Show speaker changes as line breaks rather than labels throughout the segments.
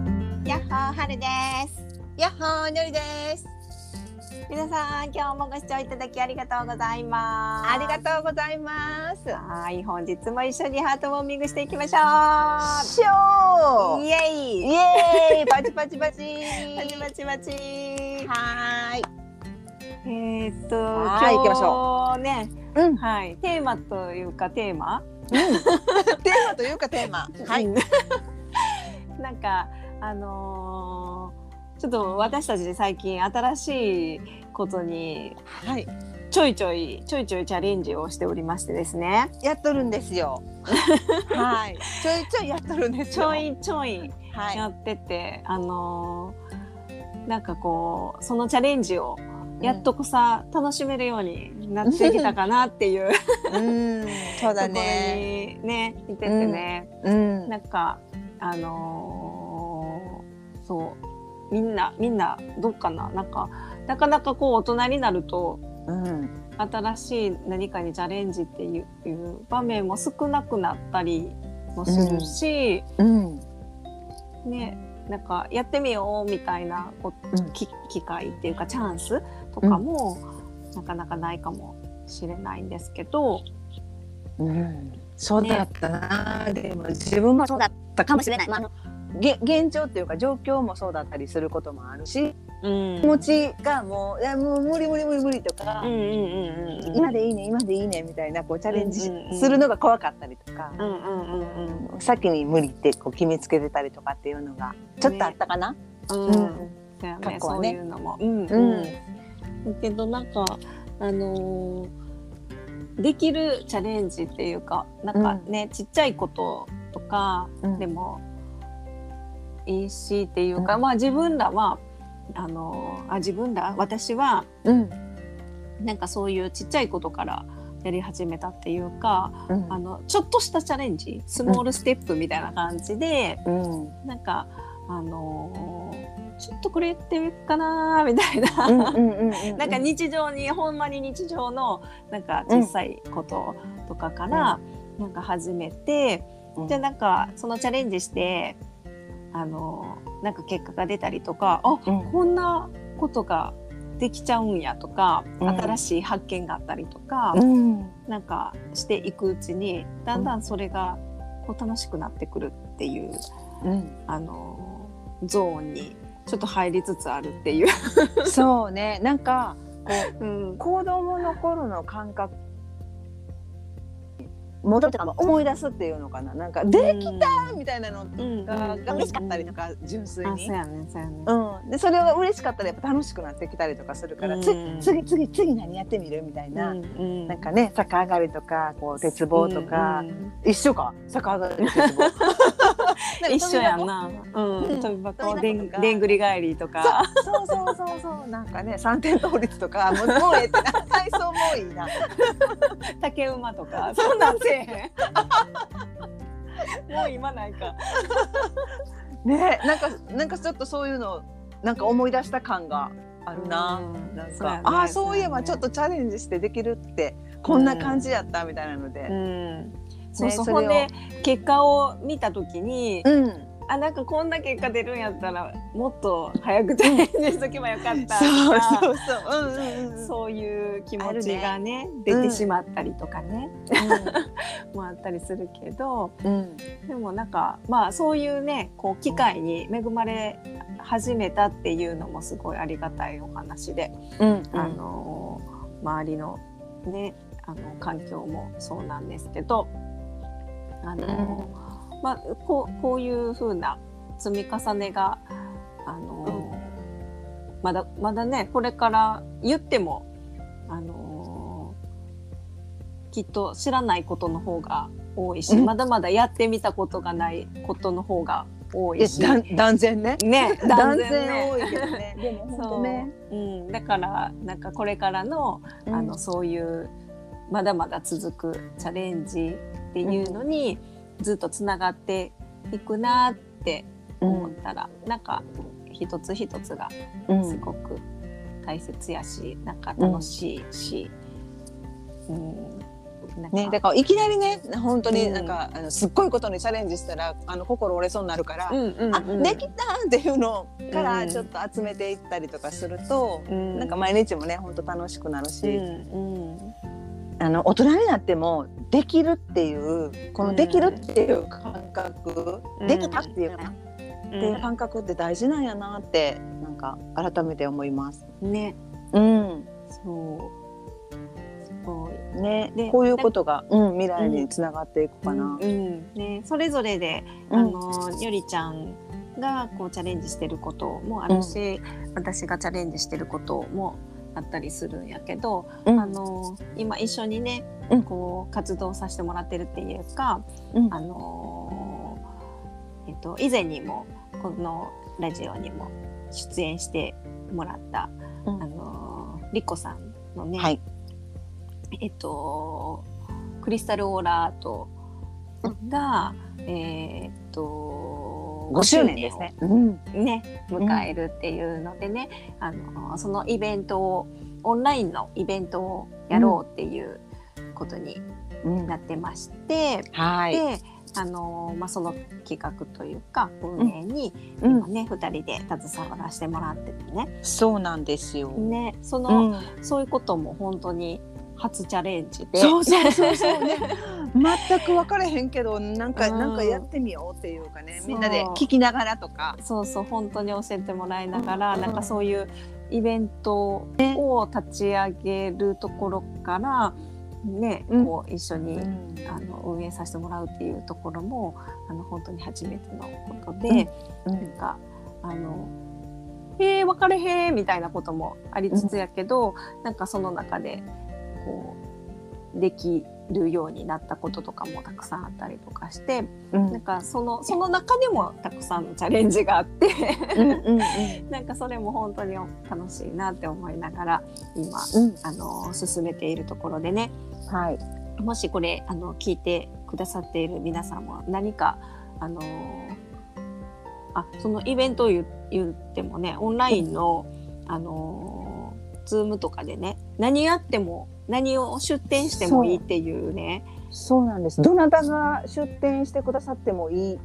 ー、はるです。
やっほーのりです。
皆さん、今日もご視聴いただきありがとうございます。
ありがとうございます。
う。はい、本日も一緒にハートウォーミングしていきましょ
しょ
う。
ー
イ。エイ。
イエーイ、パチパチパチ。
まちまちまち。え
はーい。
ーっと、
はい行きまし
ょう。ね、
うん。
はい、テーマというか、テーマ。
テーマというかテーマ。は
う
い。
ん。 なんか、あのーちょっと私たち最近新しいことに
はい。
ちょいちょいちょいちょいチャレンジをしておりましてですね
やっとるんですよ。はい。ちょいちょいやっとるんです
ち
よ。
ょ。いちょい
はい。
やってて、あのーなんかこうそのチャレンジをやっとこさ、楽しめるようになってきたかなって いうとこ
うん。そう
ろ
だ
に
ね。
ねいててね、
うん。
なんかあのーそうみんなみんなどっかななんかなかなかこう大人になると
うん。
新しい何かにチャレンジっていういう場面も少なくなったりもするし、
うん。
ねなんかやってみようみたいなこ
うん
き機会っていうかチャンスとかも、なかなかないかもしれないんですけど
うん。そうだったな、でも自分もそうだったかもしれない。まああの、げ現状っていうか状況もそうだったりすることもあるし、
うん
気持ちがもういやもう無理無理無理無理とか、
うんうんうんうん
今でいいね今でいいねみたいなこうチャレンジし
うんうんうん
するのが怖かったりとか、
うんうんうんうん
先に無理ってこう決めつけてたりとかっていうのがちょっとあったかな。
うん
うん
だよ
過
ね
去は
そう
ね
いうのも。うん
うん
だけどなんかあのーできるチャレンジっていうかなんかね、ちっちゃいこととか
うん
でもいいしっていうか、
うん
まあ自分らはあのーあ自分ら私は
うん
なんかそういうちっちゃいことからやり始めたっていうか
うん
あのちょっとしたチャレンジスモールステップみたいな感じで、
うん
なんかあのーちょっとこれやってみるかなーみたいな、
うんうんうんうん
なんか日常にほんまに日常のなんか小さいこととかからなんか始めて、
うん
じゃあなんかそのチャレンジしてあのーなんか結果が出たりとかあ
うん
こんなことができちゃうんやとか、
うん
新しい発見があったりとか、
うん
なんかしていくうちにだんだんそれがこう楽しくなってくるっていう
うん
あのゾーンにちょっと入りつつあるっていう。
そうねなんか
うん
子供の頃の感覚戻ってたの思い出すっていうのかななんかでき
た
たみたいなの
うん
がが嬉しかったりと
か。
か純粋
あ
に
そう。やねそうやね。
うん、でそれが嬉しかったらやっぱ楽しくなってきたりとかするから、つ
うん
次次次何やってみるみたい
な
な、なんかね逆上がりとかこう鉄棒とか、一緒か逆上がり 鉄棒
一緒やんな。う
うん
飛び
ん
箱
飛び箱とか
でんでんぐり返りとか。
そうそうそうそうなんかね三点倒立とかもうもうええってな体操もういいなも
竹馬と か。そんなんせえへん。 もう今ないか。
うねなんかなんかちょっとそういうのなんか思い出した感があるな、
うん
なん
そうや
か
ね
ああそういえばち
そ
ょ
うや
っ
ね
とチャレンジしてできるってこんな感じやったみたいなので、
うん。そうそう。
それ
ほ
を
んで結果を見たときに、
うん
あなんかこんな結果出るんやったらもっと早くチャレンジしとけばよかったとか。
そうそうそう。うんうんうん。
そういう気持ちがね
う
出
ん
てしまったりとかね、もあったりするけど
うん。
でもなんかまあそういうねこう機会に恵まれ始めたっていうのもすごいありがたいお話で、
うん。
あの周りのねあの環境もそうなんですけどあの、まあ、こうこういう風な積み重ねがあの、まだまだねこれから言ってもあのきっと知らないことの方が多いし、
うん
まだまだやってみたことがないことの方が多いし。
断 断然ね。
ね、断然ね
多いけどね。でも
そう、。うん、だからなんかこれからの,、あのそういうまだまだ続くチャレンジっていうのに、ずっとつながっていくなって思ったら、なんか一つ一つが
うん
すごく大切やし、なんか楽しいし、うんなんか
ね、だからいきなりね本当になんか、あのすっごいことにチャレンジしたらあの心折れそうになるから、
うんうん
あ
うん、
できたっていうのから
うん
ちょっと集めていったりとかすると、
うん、
なんか毎日もね本当楽しくなる
う
し、
んうん
あの大人になってもできるっていうこ
う
の
ん
できるっていう感覚、
うん
できたっていうか、
う
っていう感覚って大事なんやなってなんか改めて思います。
ん、ね
うん
そうすごい
ね
で、
こういうことが、うん、未来につながっていくかな。
うんね、それぞれで、
うん
あのよりちゃんがこうチャレンジしてることもあるし、私がチャレンジしてることもあったりするんやけど、
うん
あの今一緒にね、
うん
こう活動させてもらってるっていうか、
うん
あのえっと、以前にもこのラジオにも出演してもらった、
うん
あのリコさんのね、
はい。
えっと、クリスタルオーラアートが、えーっと
5周年ですね。うん。
5周年をね迎えるっていうのでね、あのそのイベントをオンラインのイベントをやろうっていうことに
うん
なってまして、
はい。
であの、まあ、その企画というか運営に
う
今
ん、
ね、2人で携わらせてもらっててね
そうなんですよ。
ねそうの、
ん、
そういうことも本当に初チャレンジで。
そうそうそうそう ね。全く分かれへんけど、なんか、
うん
なんかやってみようっていうかね
そ、う
みんなで聞きながらとか。
そうそう本当に教えてもらいながら、
うん
なんかそういうイベントを立ち上げるところからね、
うん
こう一緒に、
うん
あの運営させてもらうっていうところもあの本当に初めてのことで、なんかあの「へえ分かれへん」みたいなこともありつつやけど、なんかその中でこうできるようになったこととかもたくさんあったりとかして。
うん
なんかそのその中でもたくさんのチャレンジがあって
うんうん
なんかそれも本当に楽しいなって思いながら今
うん
あの進めているところでね
はい。
もしこれあの聞いてくださっている皆さんも何かあのあそのイベントを言う言ってもねオンラインのあのズームとかでね何やっても何を出展してもいいっていうね
そうなんです。どなたが出店してくださってもいい。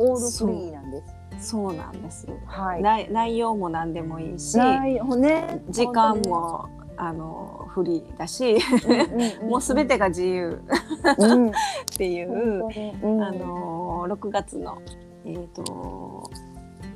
オールフリーなんです。
そうなんです、
はい。
内内容も何でもいいし
ないほね
時間もあのフリーだし、もうすべ
て、
てが自由
うん、
っていう、
うん
あの6月のえっ、と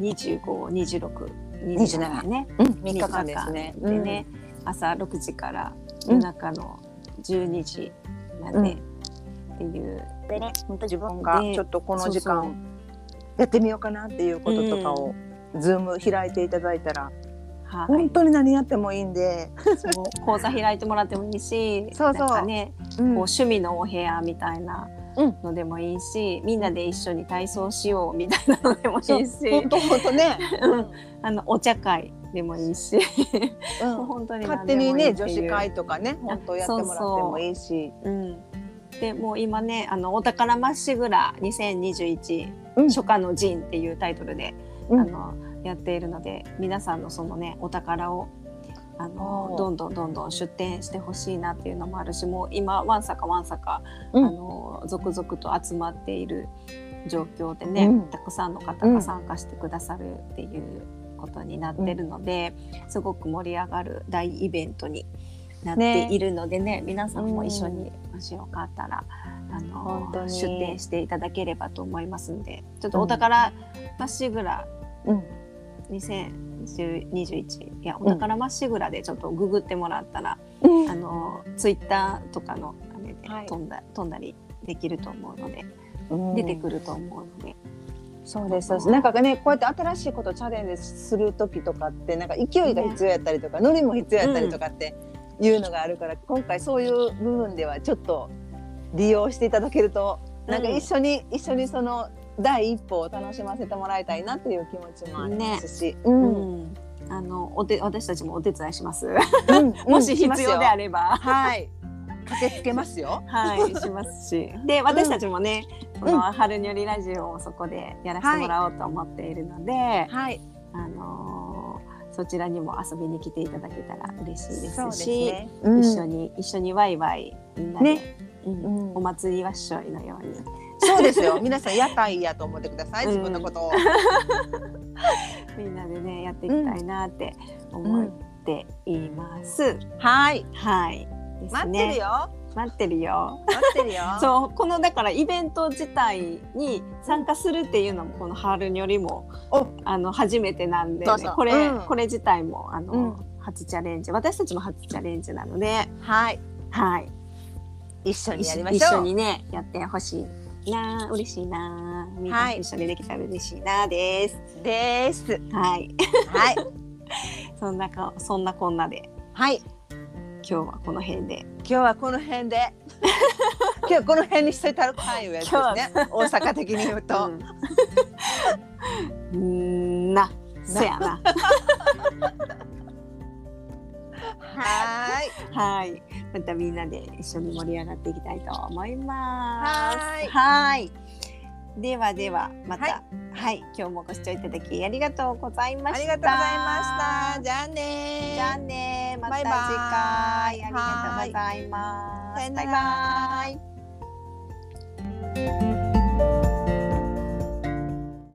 252627ね
うん
3日間ですねでね、、朝6時から夜中の12時まで、
うん
っていう
でね本当自分が
ね
ちょっとこの時
そうそう
間やってみようかなっていうこととかを、ズーム開いていただいたら
はい
本当に何やってもいいんで、
そう講座開いてもらってもいいし
そうそう
なんかね
うん
こう趣味のお部屋みたいな
うん
のでもいいし、みんなで一緒に体操しようみたいなのでもいいし
そう本当本当ね、
あのお茶会でもいいし、
うん
もう本当に何
勝手
でもいい
に
っていう
ね女子会とかね本当やってもらってもいいし
うん、でもう今ねあの「お宝まっしぐら2021
うん
初夏の陣」っていうタイトルで、
うん
あのやっているので皆さんのそのねお宝をあ
お
の
ー
どんどんどんどん出展してほしいなっていうのもあるしもう今わんさかわんさか、
うん
あの続々と集まっている状況でね、
うん
たくさんの方が参加してくださるっていうことになってるので、すごく盛り上がる大イベントになっているのでね皆さんも一緒にもしよかったら、あ
本当
の
に
出展していただければと思いますんでちょっとお宝まっしぐら
うん
2021いやお宝まっしぐらでちょっとググってもらったら、あのツイッターとかのあれで
はい
飛んだ、飛んだりできると思うので、
うん
出てくると思うので、
そうですそうですなんかねこうやって新しいことチャレンジする時とかってなんか勢いが必要やったりとか、ノリも必要やったりとかっていうのがあるから、今回そういう部分ではちょっと利用していただけるとなんか一緒に、一緒にその第一歩を楽しませてもらいたいなっていう気持ちもありますし、う
うん
うん
んあのおて私たちもお手伝いします。
うん
もし必要であ
れ
れば。
はい駆けつけますよ。
はい、 しますし。で、私たちもね、
ん
この春によりラジオをそこでやらせてもらおうと思っているので、
はい、
あのーそちらにも遊びに来ていただけたら嬉しいですし、
うん
一緒に一緒にワイワイみんなで、
ねうん
お祭り合唱のように
そうですよ。皆さん屋台やと思ってください。
うん
自分のことを。
みんなでねやっていきたいなって思っています。
はい。
はい。です
待ってる
ね。
よ。
待ってるよ。
待って るよ。
そうこのだからイベント自体に参加するっていうのもこの春によりも
お
あの初めてなんでね、
そうそう
これ、
うん
これ自体もあの、
うん
初チャレンジ私たちも初チャレンジなので、
はい。
はい。
一緒にやりま
一
し
緒
ょう。
にねやってほしいな嬉しいなみんな
はい
一緒にできたら嬉しいなです。
です。
はい。
はい。
そんなかそんなこんなで
はい。
今日はこの辺で。
今日はこの辺 で。今日はこの辺にしといたらかいわですね。大阪的に言うと。
うんな、そやな。
はーい。
はい。またみんなで一緒に盛り上がっていきたいと思います。
はーい
はいではでは、また、は、
はい
今日もご視聴いただきありがとうございま
あ
した。
りがとうございました。じゃあねー。
じゃあね、また
バイ
次
バ
回
イ
ありがとうございます。
さよなら
バイバイ。